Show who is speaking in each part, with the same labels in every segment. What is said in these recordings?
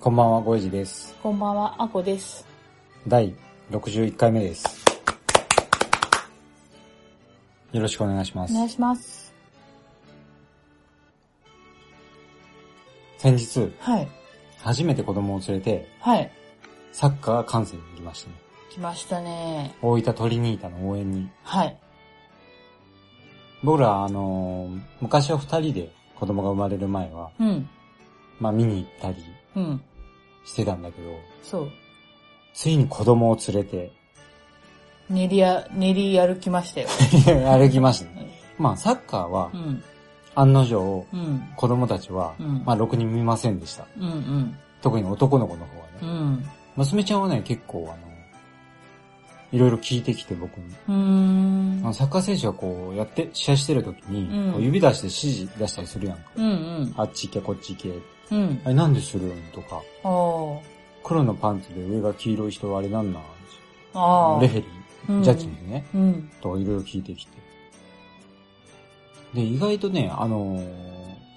Speaker 1: こんばんは、ごえじです。
Speaker 2: こんばんはあこです
Speaker 1: 第61回目です。よろしくお願いしま
Speaker 2: お願い
Speaker 1: す。
Speaker 2: します
Speaker 1: 先日、
Speaker 2: はい
Speaker 1: 初めて子供を連れて、
Speaker 2: はい
Speaker 1: サッカー観戦に行きましたね。
Speaker 2: 来ましたね
Speaker 1: 大分トリニータの応援に。
Speaker 2: はい
Speaker 1: 僕ら、あのー昔は二人で子供が生まれる前は、
Speaker 2: うん
Speaker 1: まあ見に行ったり
Speaker 2: うん
Speaker 1: してたんだけど、
Speaker 2: そう
Speaker 1: ついに子供を連れて
Speaker 2: 練りや練り歩きま したよ
Speaker 1: 歩きましたね。まあサッカーは
Speaker 2: うん
Speaker 1: 案の定、
Speaker 2: うん
Speaker 1: 子供たちは、
Speaker 2: うん
Speaker 1: まあろくに見ませんでした。
Speaker 2: うん
Speaker 1: 特に男の子の方はね。
Speaker 2: うんうん
Speaker 1: 娘ちゃんはね、結構あの、いろいろ聞いてきて僕に。
Speaker 2: うーん
Speaker 1: あのサッカー選手がこう、やって、試合してる時に、
Speaker 2: うん
Speaker 1: こう指出して指示出したりするやんか。
Speaker 2: うんうん。
Speaker 1: あっち行け、こっち行け。
Speaker 2: うん
Speaker 1: あ。れなんでするんとか、
Speaker 2: あー
Speaker 1: 黒のパンツで上が黄色い人はあれなんなん
Speaker 2: あー。
Speaker 1: レフェリ
Speaker 2: うん
Speaker 1: ー、ジャッジにね、
Speaker 2: うん。
Speaker 1: とかいろいろ聞いてきて。で、意外とね、あのー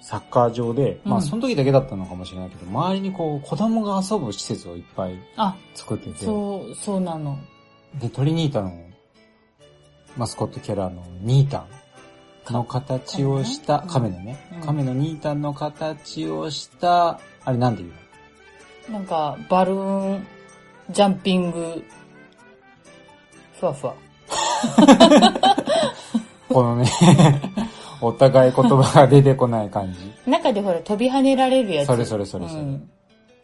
Speaker 1: サッカー場で、ま
Speaker 2: う
Speaker 1: あ
Speaker 2: ん
Speaker 1: その時だけだったのかもしれないけど、周りにこう、子供が遊ぶ施設をいっぱい
Speaker 2: あ、
Speaker 1: 作ってて。
Speaker 2: そう、そうなの。
Speaker 1: で、トリニータのマスコットキャラのニータンの形をした、
Speaker 2: 亀
Speaker 1: 亀
Speaker 2: ね
Speaker 1: のね
Speaker 2: うん、
Speaker 1: 亀のニータンの形をした、あれなんていうの
Speaker 2: なんか、バルーン、ジャンピング、ふわふわ。
Speaker 1: このね、 お互い言葉が出てこない感じ。
Speaker 2: 中でほら、飛び跳ねられるやつ。
Speaker 1: それそれそれそれ。
Speaker 2: うん。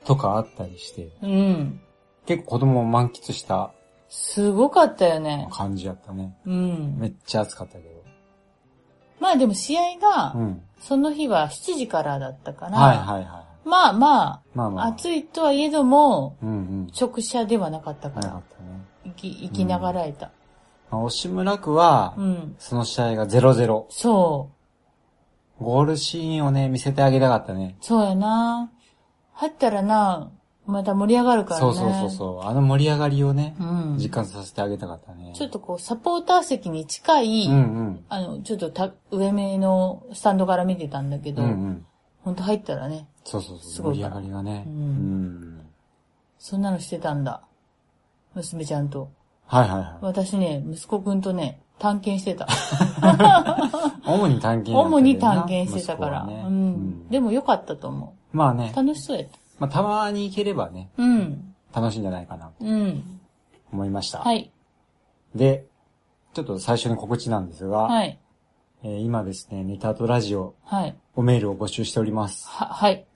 Speaker 1: とかあったりして、
Speaker 2: うん。
Speaker 1: 結構子供を満喫した
Speaker 2: すごかったよね。
Speaker 1: 感じやったね。
Speaker 2: うん
Speaker 1: め。っちゃ暑かったけど。
Speaker 2: まあでも試合が、
Speaker 1: うん。
Speaker 2: その日は7時からだったから、
Speaker 1: はいはいは
Speaker 2: まあま
Speaker 1: い。まあま
Speaker 2: あ、
Speaker 1: あ。
Speaker 2: 暑いとはいえども、
Speaker 1: うんうん。
Speaker 2: 直射ではなかったか
Speaker 1: なからっ、たね。
Speaker 2: 生き、生きながらえた。
Speaker 1: まあ、押村区は、
Speaker 2: うん。
Speaker 1: その試合が0-0。
Speaker 2: そう。
Speaker 1: ゴールシーンをね、見せてあげたかったね。
Speaker 2: そうやな。入ったらな、また盛り上がるからね。
Speaker 1: そうそうそうそう。あの盛り上がりをね、
Speaker 2: うん。
Speaker 1: 実感させてあげたかったね。
Speaker 2: ちょっとこう、サポーター席に近い、
Speaker 1: うんうん。
Speaker 2: あの、ちょっとた上目のスタンドから見てたんだけ
Speaker 1: う
Speaker 2: ど、
Speaker 1: んうん。
Speaker 2: ほんと入ったらね、
Speaker 1: そうそう
Speaker 2: す
Speaker 1: そう。
Speaker 2: ご
Speaker 1: 盛
Speaker 2: い
Speaker 1: り
Speaker 2: か
Speaker 1: 上
Speaker 2: ら
Speaker 1: がりがね。
Speaker 2: う
Speaker 1: うんん。
Speaker 2: そんなのしてたんだ。娘ちゃんと。
Speaker 1: はいはいはい。
Speaker 2: 私ね、息子くんとね、探検 してた。
Speaker 1: 主に探検だった
Speaker 2: 主に探検してたから。
Speaker 1: 息子はね
Speaker 2: う。
Speaker 1: うんん。
Speaker 2: でも良かったと思
Speaker 1: まあね
Speaker 2: う。、楽しそうやった。
Speaker 1: まあたまに行ければね、
Speaker 2: うん。
Speaker 1: 楽しいんじゃないかなと
Speaker 2: うん。
Speaker 1: 思いました。
Speaker 2: はい。
Speaker 1: で、ちょっと最初に告知なんですが、
Speaker 2: はい。
Speaker 1: えー今ですね、ネタとラジオ、
Speaker 2: はい。
Speaker 1: おメールを募集しております。
Speaker 2: は、はい。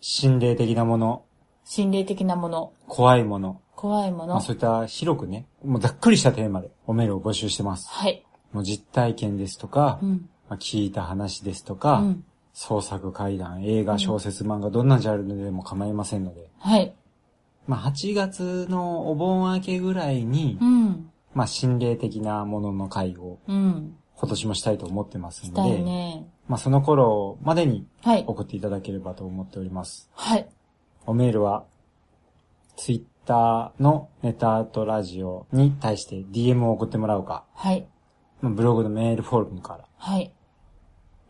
Speaker 1: 心霊的なもの、
Speaker 2: 心霊的なもの、
Speaker 1: 怖いもの、
Speaker 2: 怖いもの。
Speaker 1: まあそういった広くね、もうざっくりしたテーマでおメールを募集してます。
Speaker 2: はい。
Speaker 1: もう実体験ですとか、
Speaker 2: うん。
Speaker 1: まあ、聞いた話ですと
Speaker 2: う
Speaker 1: か、
Speaker 2: ん。
Speaker 1: 創作怪談、映
Speaker 2: うん
Speaker 1: 画、小説、漫画、どんなジャンルでも構いませんので、
Speaker 2: はい。
Speaker 1: まあ8月のお盆明けぐらいに、
Speaker 2: うん。
Speaker 1: まあ心霊的なものの会を
Speaker 2: うん。
Speaker 1: 今年もしたいと思ってます
Speaker 2: し
Speaker 1: の
Speaker 2: た
Speaker 1: で、
Speaker 2: いね。
Speaker 1: まあその頃までに
Speaker 2: はい。
Speaker 1: 送っていただければと思っております。
Speaker 2: はい。
Speaker 1: おメールは、ツイッターのネタとラジオに対して DM を送ってもらうか、
Speaker 2: はい。
Speaker 1: まあブログのメールフォームから
Speaker 2: はい。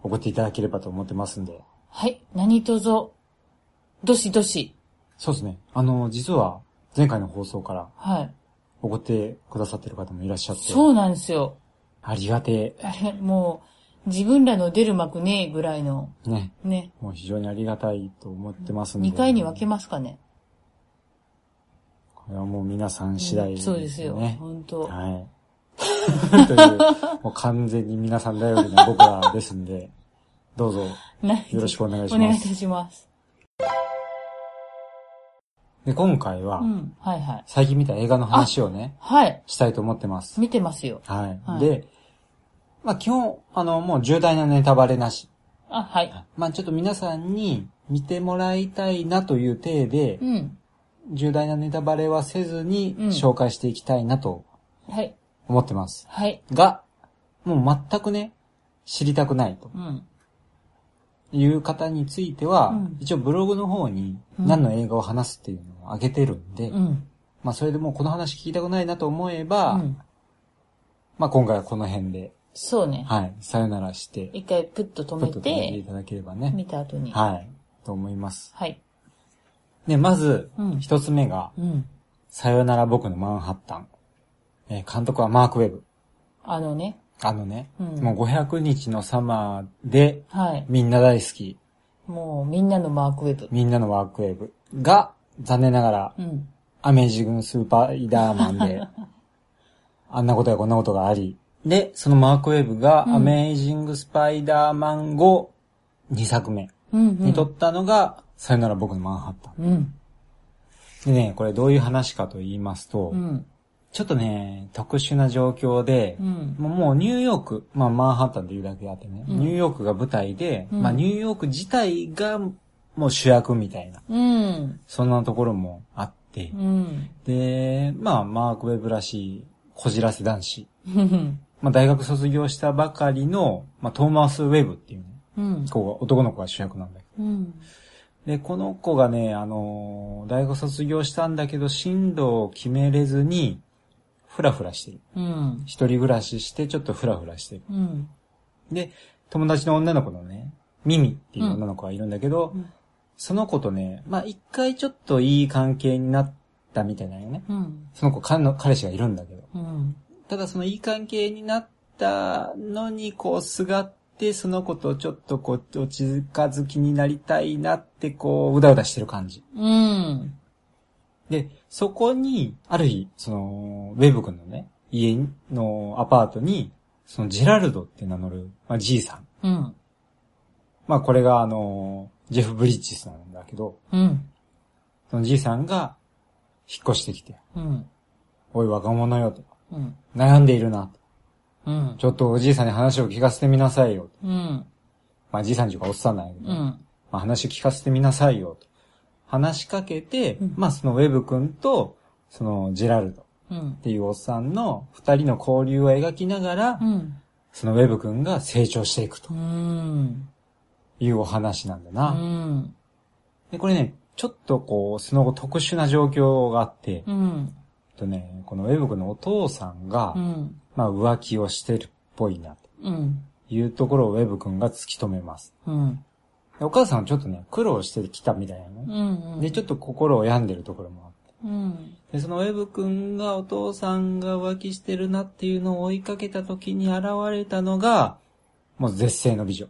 Speaker 1: 送っていただければと思ってますんで。
Speaker 2: はい。何とぞ、どしどし。
Speaker 1: そうですね。あの、実は前回の放送から
Speaker 2: はい。
Speaker 1: 送ってくださってる方もいらっしゃって。
Speaker 2: そうなんですよ。
Speaker 1: ありがて
Speaker 2: あれ、もう、自分らの出る幕ねえぐらいの、
Speaker 1: え。ね。
Speaker 2: ね。
Speaker 1: もう非常にありがたいと思ってますんで。
Speaker 2: 2回に分けますかね。
Speaker 1: これはもう皆さん次第
Speaker 2: うん
Speaker 1: です、ね
Speaker 2: そうですよ。本当
Speaker 1: はい。と いう、もう完全に皆さん頼りな僕らですんで、どうぞよろし
Speaker 2: く
Speaker 1: くお願いし
Speaker 2: お願
Speaker 1: ま
Speaker 2: いいた
Speaker 1: す。
Speaker 2: します。
Speaker 1: で、今回は、
Speaker 2: うん。はいはい。
Speaker 1: 最近見た映画の話をね、
Speaker 2: はい。
Speaker 1: したいと思ってます。
Speaker 2: 見てますよ。
Speaker 1: はい。
Speaker 2: はい
Speaker 1: で、まあ基本、あの、もう重大なネタバレなし。
Speaker 2: あ、はい。
Speaker 1: まあちょっと皆さんに見てもらいたいなという体で、
Speaker 2: うん。
Speaker 1: 重大なネタバレはせずに
Speaker 2: うん
Speaker 1: 紹介していきたいなと
Speaker 2: はい。
Speaker 1: 思ってます。
Speaker 2: はい。
Speaker 1: が、もう全くね、知りたくないと
Speaker 2: うん。
Speaker 1: いう方については、
Speaker 2: うん
Speaker 1: 一応ブログの方に何の映画を話すっていうのを上げてるんで、
Speaker 2: うん。
Speaker 1: まあそれでもうこの話聞きたくないなと思え
Speaker 2: う
Speaker 1: ば、
Speaker 2: ん。
Speaker 1: まあ今回はこの辺で、
Speaker 2: そうね。
Speaker 1: はい、さよならして、
Speaker 2: 一回プッと止
Speaker 1: ちょ
Speaker 2: め
Speaker 1: っと止めてい
Speaker 2: て、
Speaker 1: ただければね、
Speaker 2: 見た後に。
Speaker 1: はい、と思います。
Speaker 2: はい。
Speaker 1: で、まず
Speaker 2: うん、
Speaker 1: 一つ目が、
Speaker 2: うん。
Speaker 1: さよなら僕のマンハッタン。えー監督はマーク・ウェブ。
Speaker 2: あのね。
Speaker 1: あのね、
Speaker 2: うん
Speaker 1: もう500日のサマーで、
Speaker 2: はい。
Speaker 1: みんな大好き、
Speaker 2: もうみんなのマークウェブ。
Speaker 1: みんなのワークウェブが、残念ながら、
Speaker 2: うん。
Speaker 1: アメージングスーパーイダーマン で、あんなことやこんなことがあり。で、そのマークウェブが、
Speaker 2: うん
Speaker 1: アメージングスパイダーマン後、2作目
Speaker 2: うん、うん。
Speaker 1: に撮ったのが、さよなら僕のマンハッタ
Speaker 2: うん。
Speaker 1: ン。でね、これどういう話かと言いますと、
Speaker 2: うん。
Speaker 1: ちょっとね、特殊な状況で、
Speaker 2: うん。
Speaker 1: もうもうニューヨーク、まあマンハッタンというだけあってね、
Speaker 2: うん
Speaker 1: ニューヨークが舞台で、
Speaker 2: うん
Speaker 1: まあニューヨーク自体がもう主役みたいな、
Speaker 2: うん。
Speaker 1: そんなところもあって、
Speaker 2: うん。
Speaker 1: で、まあマーク・ウェブらしいこじらせ男子、
Speaker 2: うん。
Speaker 1: まあ大学卒業したばかりの、まあトーマス・ウェブっていうね、
Speaker 2: うん。
Speaker 1: 子が男の子が主役なんだけ
Speaker 2: うん。
Speaker 1: ど。で、この子がね、あのー大学卒業したんだけど、進路を決めれずに、ふらふらしてる。
Speaker 2: うん。
Speaker 1: 一人暮らしして、ちょっとふらふらしてる。
Speaker 2: うん。
Speaker 1: で、友達の女の子のね、ミミっていう女の子がいるんだけど、
Speaker 2: うん
Speaker 1: その子とね、まあ一回ちょっといい関係になったみたいなのね。
Speaker 2: うん。
Speaker 1: その子、彼の、彼氏がいるんだけど。
Speaker 2: うん。
Speaker 1: ただそのいい関係になったのに、こう、すがって、その子とちょっとこう、お近づきになりたいなって、こう、うだうだしてる感じ。
Speaker 2: うん。
Speaker 1: で、そこに、ある日、その、ウェブ君のね、家のアパートに、そのジェラルドって名乗る、まあ、じいさん。
Speaker 2: うん。
Speaker 1: まあこれがあの、ジェフ・ブリッジスなんだけど、
Speaker 2: うん。
Speaker 1: そのじいさんが引っ越してきて、
Speaker 2: うん。
Speaker 1: おい若者よと、
Speaker 2: うん。
Speaker 1: 悩んでいるなと、
Speaker 2: うん。
Speaker 1: ちょっとおじいさんに話を聞かせてみなさいよ
Speaker 2: う
Speaker 1: と。
Speaker 2: ん。
Speaker 1: まあじいさんちがおっさんなんやけど、
Speaker 2: う
Speaker 1: ま
Speaker 2: ん。
Speaker 1: あ話を聞かせてみなさいよと。話しかけて、
Speaker 2: うん
Speaker 1: まあそのウェブ君と、そのジェラルドっ
Speaker 2: うん。
Speaker 1: ていうおっさんの二人の交流を描きながら、
Speaker 2: うん。
Speaker 1: そのウェブ君が成長していくと
Speaker 2: うん。
Speaker 1: いうお話なんだ
Speaker 2: う
Speaker 1: な。
Speaker 2: ん。
Speaker 1: で、これね、ちょっとこう、その後特殊な状況があって、
Speaker 2: うん。
Speaker 1: えっとね、このウェブ君のお父さんが、
Speaker 2: うん。
Speaker 1: まあ浮気をしてるっぽいな、と
Speaker 2: うん。
Speaker 1: いうところをウェブ君が突き止めます。
Speaker 2: うん。
Speaker 1: でお母さんはちょっとね、苦労してきたみたいなね。
Speaker 2: うん。
Speaker 1: で、ちょっと心を病んでるところもあって。
Speaker 2: うん。
Speaker 1: で、そのウェブ君がお父さんが浮気してるなっていうのを追いかけた時に現れたのが、もう絶世の美女、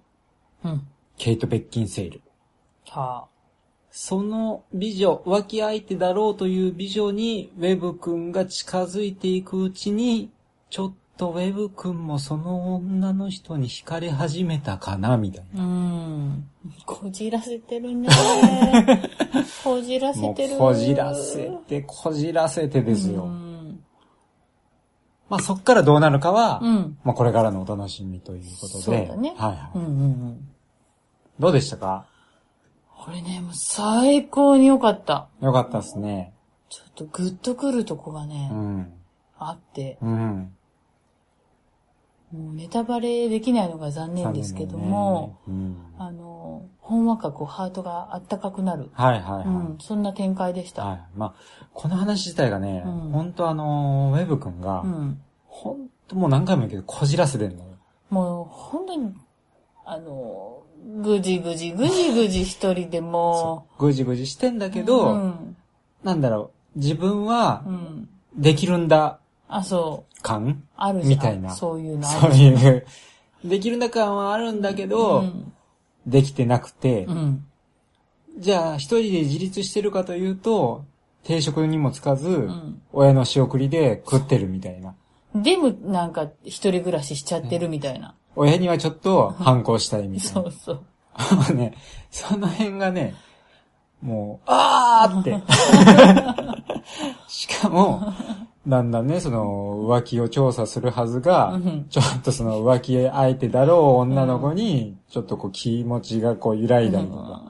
Speaker 2: うん。
Speaker 1: ケイト・ベッキンセール。
Speaker 2: は
Speaker 1: その美女、浮気相手だろうという美女に、ウェブ君が近づいていくうちに、ちょっとウェブ君もその女の人に惹かれ始めたかな、みたいな。
Speaker 2: あ。うん。こじらせてる ね。こじらせ
Speaker 1: も
Speaker 2: てる。
Speaker 1: うこじらせて、こじらせてですよ。
Speaker 2: うん。
Speaker 1: まあそっからどうなるかは、
Speaker 2: うん。
Speaker 1: まあこれからのお楽しみということで。
Speaker 2: そうだね
Speaker 1: はいは
Speaker 2: う
Speaker 1: い。
Speaker 2: んうんうん。
Speaker 1: どうでしたか
Speaker 2: これね、もう最高に良かった。
Speaker 1: よかったですね。
Speaker 2: ちょっとグッとくるとこがね、
Speaker 1: うん。
Speaker 2: あって、
Speaker 1: うん。
Speaker 2: もうネタバレできないのが残念ですけども、
Speaker 1: 残念だね。うん。
Speaker 2: あの、ほんわかこうハートがあったかくなる。
Speaker 1: はいはいはい。
Speaker 2: うん、そんな展開でした。
Speaker 1: はい。まあ、この話自体がね、
Speaker 2: うん
Speaker 1: 本当あのー、ウェブ君が
Speaker 2: う、ん。
Speaker 1: 本当もう何回も言うけど、こじらせてんのよ。
Speaker 2: もう、本当に、あの、ぐじぐじ、ぐじぐじ一人でも
Speaker 1: ぐじぐじしてんだ
Speaker 2: う、
Speaker 1: けど、
Speaker 2: うん、
Speaker 1: なんだろう、自分は
Speaker 2: う、ん。
Speaker 1: できるんだ
Speaker 2: あ、そう、
Speaker 1: 感
Speaker 2: あるじゃん。
Speaker 1: みたいな
Speaker 2: そういうのあ
Speaker 1: そう
Speaker 2: る。
Speaker 1: いう、できるんだ感はあるんだけど、
Speaker 2: うん。
Speaker 1: できてなくて、
Speaker 2: うん。
Speaker 1: じゃあ一人で自立してるかというと、定職にもつかず、
Speaker 2: ん
Speaker 1: 親の仕送りで食ってるみたいな。
Speaker 2: でも、なんか、一人暮らししちゃってるみたいな。
Speaker 1: 親にはちょっと反抗したいみたいな
Speaker 2: そ。うそう。
Speaker 1: もうね、その辺がね、もう、あ ーって。しかも、だんだんね、その、浮気を調査するはずが
Speaker 2: うん、
Speaker 1: ちょっとその浮気相手だろう女の子に、ちょっとこう気持ちがこう揺らいだりとか、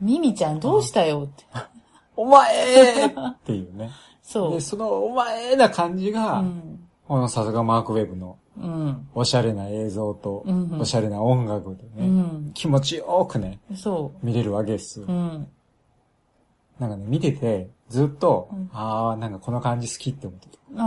Speaker 2: ミミちゃんどうしたよ って。
Speaker 1: お前っていうね。
Speaker 2: そう
Speaker 1: で、。そのお前な感じが、
Speaker 2: うん。
Speaker 1: このさすがマークウェブの
Speaker 2: うん。
Speaker 1: おしゃれな映像と
Speaker 2: うんう、ん
Speaker 1: おしゃれな音楽でね、
Speaker 2: うん。
Speaker 1: 気持ちよくね、
Speaker 2: そ
Speaker 1: 見れるわけですよ
Speaker 2: う。う。ん。
Speaker 1: なんかね、見てて、ずっと、
Speaker 2: うん
Speaker 1: ああ、なんかこの感じ好きって思ってた。
Speaker 2: あ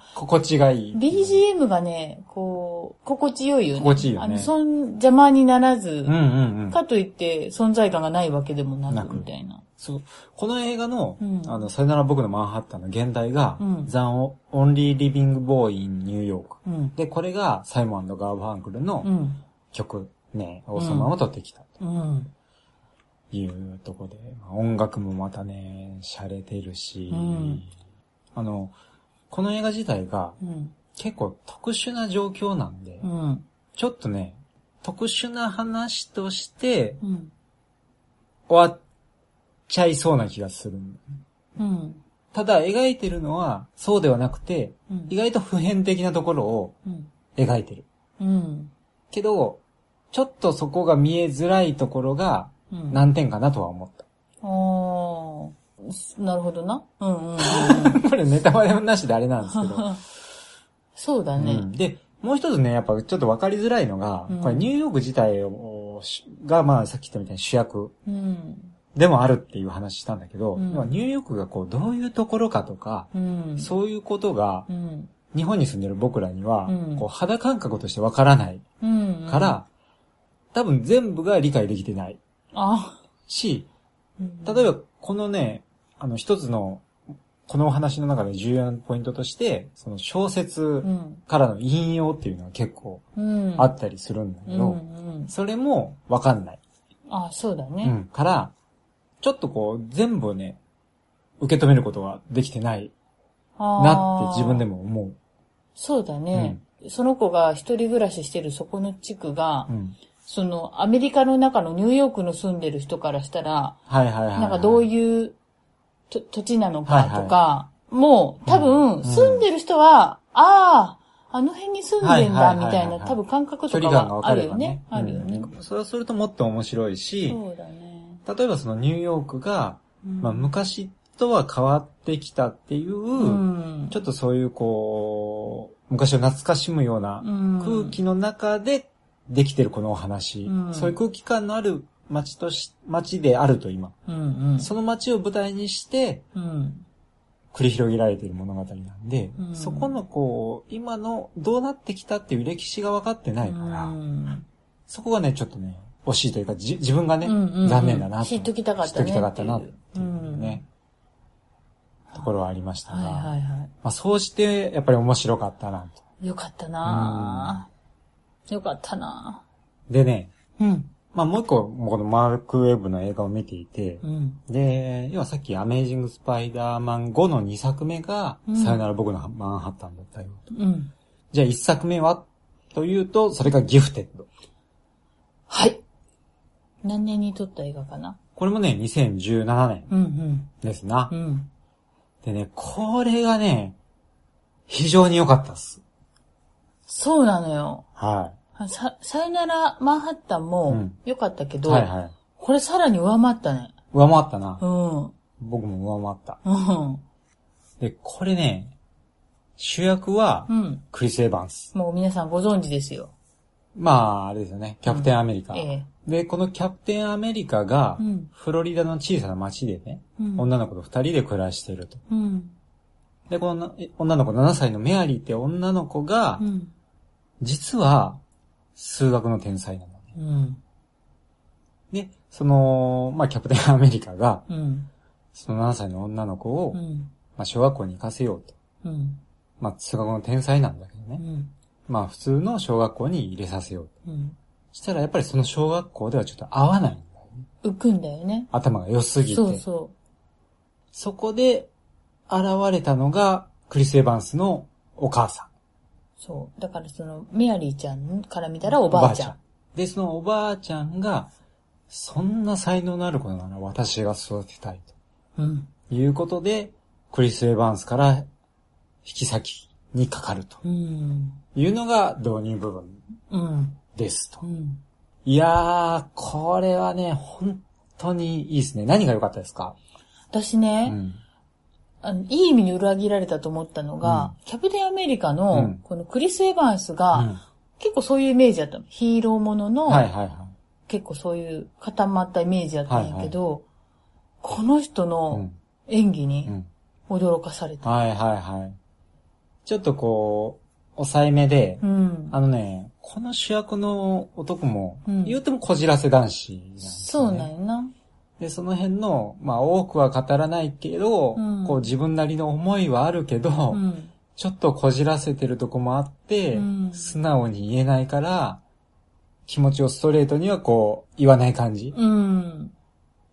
Speaker 2: あ。
Speaker 1: 心地が いい。
Speaker 2: BGM がね、こう、心地よいよね。
Speaker 1: 心地いいよね
Speaker 2: あの、そん、邪魔にならず
Speaker 1: うん、うんうん。
Speaker 2: かといって存在感がないわけでも
Speaker 1: な
Speaker 2: な
Speaker 1: く
Speaker 2: く、みたいな。
Speaker 1: そう。この映画の、
Speaker 2: うん
Speaker 1: あの、さよなら僕のマンハッタンの現代が、
Speaker 2: うん
Speaker 1: ザンオ・オンリー・リビング・ボーイ・ン・ニューヨーク。
Speaker 2: うん。
Speaker 1: で、これがサイモンガーバーンクル
Speaker 2: う
Speaker 1: の
Speaker 2: ん。
Speaker 1: 曲、ね、王様を取ってきたと
Speaker 2: うん。
Speaker 1: いうとこで、まあ音楽もまたね、洒落てるし、
Speaker 2: うん
Speaker 1: あの、この映画自体が
Speaker 2: うん。
Speaker 1: 結構特殊な状況なんで、
Speaker 2: うん。
Speaker 1: ちょっとね、特殊な話として
Speaker 2: うん。
Speaker 1: 終わっちゃいそうな気がする。
Speaker 2: うん。
Speaker 1: ただ描いてるのはそうではなくて、
Speaker 2: うん
Speaker 1: 意外と普遍的なところを
Speaker 2: うん。
Speaker 1: 描いてる。
Speaker 2: うん。
Speaker 1: けど、ちょっとそこが見えづらいところが
Speaker 2: うん。
Speaker 1: 難点かなとは思った。
Speaker 2: あーなるほどな。うんうんうんうん。
Speaker 1: これネタバレなしであれなんですけど。
Speaker 2: そうだね。
Speaker 1: うんで、もう一つね、やっぱちょっとわかりづらいのが、
Speaker 2: うん
Speaker 1: これニューヨーク自体をしが、まあさっき言ったみたいに主役
Speaker 2: うん。
Speaker 1: でもあるっていう話したんだけど、
Speaker 2: うん
Speaker 1: 要はニューヨークがこうどういうところかとか、
Speaker 2: うん。
Speaker 1: そういうことが
Speaker 2: う。うん。
Speaker 1: 日本に住んでる僕らには、
Speaker 2: うん
Speaker 1: こう肌感覚としてわからない
Speaker 2: うん。
Speaker 1: から、多分全部が理解できてない
Speaker 2: あ。
Speaker 1: し、
Speaker 2: うん
Speaker 1: 例えばこのね、あの一つの、このお話の中で重要なポイントとして、その小説
Speaker 2: うん。
Speaker 1: からの引用っていうのは結構
Speaker 2: うん。
Speaker 1: あったりするんだけ
Speaker 2: うん
Speaker 1: ど、
Speaker 2: うん。
Speaker 1: それもわかんない。
Speaker 2: あ、そうだ
Speaker 1: う
Speaker 2: ね。
Speaker 1: ん。から、ちょっとこう、全部ね、受け止めることができてないなって自分で
Speaker 2: も。
Speaker 1: も思う。
Speaker 2: そうだね。その子が一人暮らししてるそこの地区が、
Speaker 1: うん。
Speaker 2: そのアメリカの中のニューヨークの住んでる人からしたら、
Speaker 1: はいはいはいはい。
Speaker 2: なんかどう
Speaker 1: う。
Speaker 2: いうと土地なの
Speaker 1: はい
Speaker 2: か
Speaker 1: はい
Speaker 2: とか、もう多
Speaker 1: う
Speaker 2: 分
Speaker 1: ん
Speaker 2: 住んでる人は、ああ、あの辺に住んでん
Speaker 1: は
Speaker 2: だ
Speaker 1: いはいはいはい
Speaker 2: みたいな多分感覚
Speaker 1: 距
Speaker 2: とか
Speaker 1: 離感がわ
Speaker 2: はあ
Speaker 1: か
Speaker 2: る
Speaker 1: れば
Speaker 2: よ
Speaker 1: ね
Speaker 2: ね。。あるよね。
Speaker 1: うんそれはそれともっと面白いし、
Speaker 2: そうだね。
Speaker 1: 例えばそのニューヨークが、まあ
Speaker 2: うん、
Speaker 1: 昔とは変わってきたっていう、
Speaker 2: うん
Speaker 1: ちょっとそういうこう、昔を懐かしむような空気の中でできてるこのお話、
Speaker 2: うん
Speaker 1: そういう空気感のある街とし、街であると今、
Speaker 2: うんうん。
Speaker 1: その街を舞台にして
Speaker 2: うん。
Speaker 1: 繰り広げられている物語なんで、
Speaker 2: うん
Speaker 1: そこのこう、今のどうなってきたっていう歴史が分かってないから、
Speaker 2: うん
Speaker 1: そこがね、ちょっとね、惜しいというか、じ自分がね、
Speaker 2: うんうんうん
Speaker 1: 残念だなと
Speaker 2: 知っときたかったね
Speaker 1: 知っときたかったな、っていうね、ところはありましたが、
Speaker 2: はいはいは
Speaker 1: まあそうして、やっぱり面白かったなと。
Speaker 2: い。よかったなぁ。よかったな
Speaker 1: でね、
Speaker 2: ぁ。うん。
Speaker 1: まあもう一個、このマークウェブの映画を見ていて、
Speaker 2: うん。
Speaker 1: で、要はさっきアメージングスパイダーマン5の2作目が、
Speaker 2: うん
Speaker 1: さよなら僕のマンハッタンだったよ。
Speaker 2: うん。
Speaker 1: じゃあ1作目はというと、それがギフテッド。
Speaker 2: はい。何年に撮った映画かな
Speaker 1: これもね、2017年
Speaker 2: うん
Speaker 1: ですな。
Speaker 2: うん。うん。
Speaker 1: でね、これがね、非常に良かったっす。
Speaker 2: そうなのよ。
Speaker 1: は
Speaker 2: さ、さよならマンハッタン
Speaker 1: う
Speaker 2: も
Speaker 1: ん
Speaker 2: 良かったけ
Speaker 1: い。
Speaker 2: ど、
Speaker 1: はいはい。
Speaker 2: これさらに上回ったね。
Speaker 1: 上回ったな
Speaker 2: う。ん。うん。
Speaker 1: 僕も上回っ
Speaker 2: うん。
Speaker 1: た。で、これね、主役は
Speaker 2: う、ん。
Speaker 1: クリス・エヴァンス。
Speaker 2: もう皆さんご存知ですよ。
Speaker 1: まあ、あれですよね。キャプテンアメリカ。
Speaker 2: ええ。
Speaker 1: で、このキャプテンアメリカが
Speaker 2: う、ん。
Speaker 1: フロリダの小さな町でね、
Speaker 2: うん。
Speaker 1: 女の子と二人で暮らしていると。
Speaker 2: うん。
Speaker 1: で、このなえ女の子、7歳のメアリーって女の子が
Speaker 2: う、ん。
Speaker 1: 実は、数学の天才なのね。
Speaker 2: うん。
Speaker 1: で、その、まあ、キャプテンアメリカが、
Speaker 2: うん。
Speaker 1: その7歳の女の子を、
Speaker 2: うん。
Speaker 1: まあ、小学校に行かせようと。
Speaker 2: うん。
Speaker 1: まあ、数学の天才なんだけど
Speaker 2: う
Speaker 1: ね。
Speaker 2: ん。
Speaker 1: まあ、普通の小学校に入れさせよう
Speaker 2: う
Speaker 1: と。
Speaker 2: ん。
Speaker 1: したら、やっぱりその小学校ではちょっと合わないんだよね。
Speaker 2: 浮くんだよね。
Speaker 1: 頭が良すぎて。
Speaker 2: そうそ
Speaker 1: そこで、現れたのが、クリス・エヴァンスのお母さん。
Speaker 2: う。そう。だからその、メアリーちゃんから見たらおばあちゃん。
Speaker 1: で、そのおばあちゃんが、そんな才能のある子なら私が育てたい
Speaker 2: うん。
Speaker 1: ということで、クリス・エヴァンスから引き裂きにかかると
Speaker 2: うん。
Speaker 1: いうのが導入部分
Speaker 2: うん。
Speaker 1: ですと
Speaker 2: う。ん。
Speaker 1: いやー、これはね、本当にいいですね。何が良かったですか
Speaker 2: 私
Speaker 1: う
Speaker 2: ね、
Speaker 1: ん。
Speaker 2: あのいい意味に裏切られたと思ったのが、キャプテンアメリカ
Speaker 1: う
Speaker 2: の
Speaker 1: ん、
Speaker 2: このクリス・エヴァンスが、
Speaker 1: うん
Speaker 2: 結構そういうイメージだったの。ヒーローものの、
Speaker 1: はいはいは
Speaker 2: 結構そういう固まったイメージだったんやけど、この人
Speaker 1: い。
Speaker 2: の
Speaker 1: ん。
Speaker 2: 演技
Speaker 1: う
Speaker 2: に
Speaker 1: ん。
Speaker 2: 驚かされた。
Speaker 1: はいはいはい。ちょっとこう、抑えめで、
Speaker 2: うん。
Speaker 1: あのね、この主役の男も、
Speaker 2: うん
Speaker 1: 言うてもこじらせ男子なんですよ、ね。
Speaker 2: そうなんやな。
Speaker 1: で、その辺の、まあ多くは語らないけど、
Speaker 2: うん
Speaker 1: こう自分なりの思いはあるけど、
Speaker 2: うん。
Speaker 1: ちょっとこじらせてるとこもあって、
Speaker 2: うん
Speaker 1: 素直に言えないから、気持ちをストレートにはこう、言わない感じ。
Speaker 2: うん。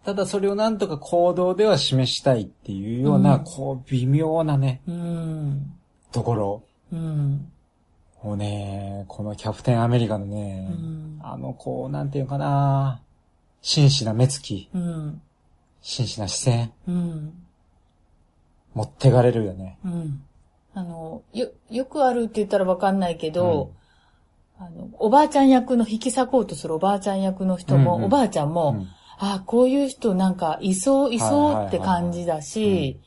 Speaker 1: ただそれをなんとか行動では示したいっていうような、
Speaker 2: うん
Speaker 1: こう、微妙なね、
Speaker 2: うん。
Speaker 1: ところ
Speaker 2: うん。
Speaker 1: をね、このキャプテンアメリカのね、
Speaker 2: うん
Speaker 1: あの、こう、なんていうのかな、真摯な目つき、
Speaker 2: うん。
Speaker 1: 真摯な視線、
Speaker 2: うん。
Speaker 1: 持ってかれるよね。
Speaker 2: うん。あの、よ、よくあるって言ったらわかんないけど、あの、おばあちゃん役の引き裂こうとするおばあちゃん役の人も、
Speaker 1: うんうん
Speaker 2: おばあちゃんも、
Speaker 1: うん
Speaker 2: ああ、こういう人なんかいそう、いそうって感じだ
Speaker 1: はいはいはいはいう
Speaker 2: し、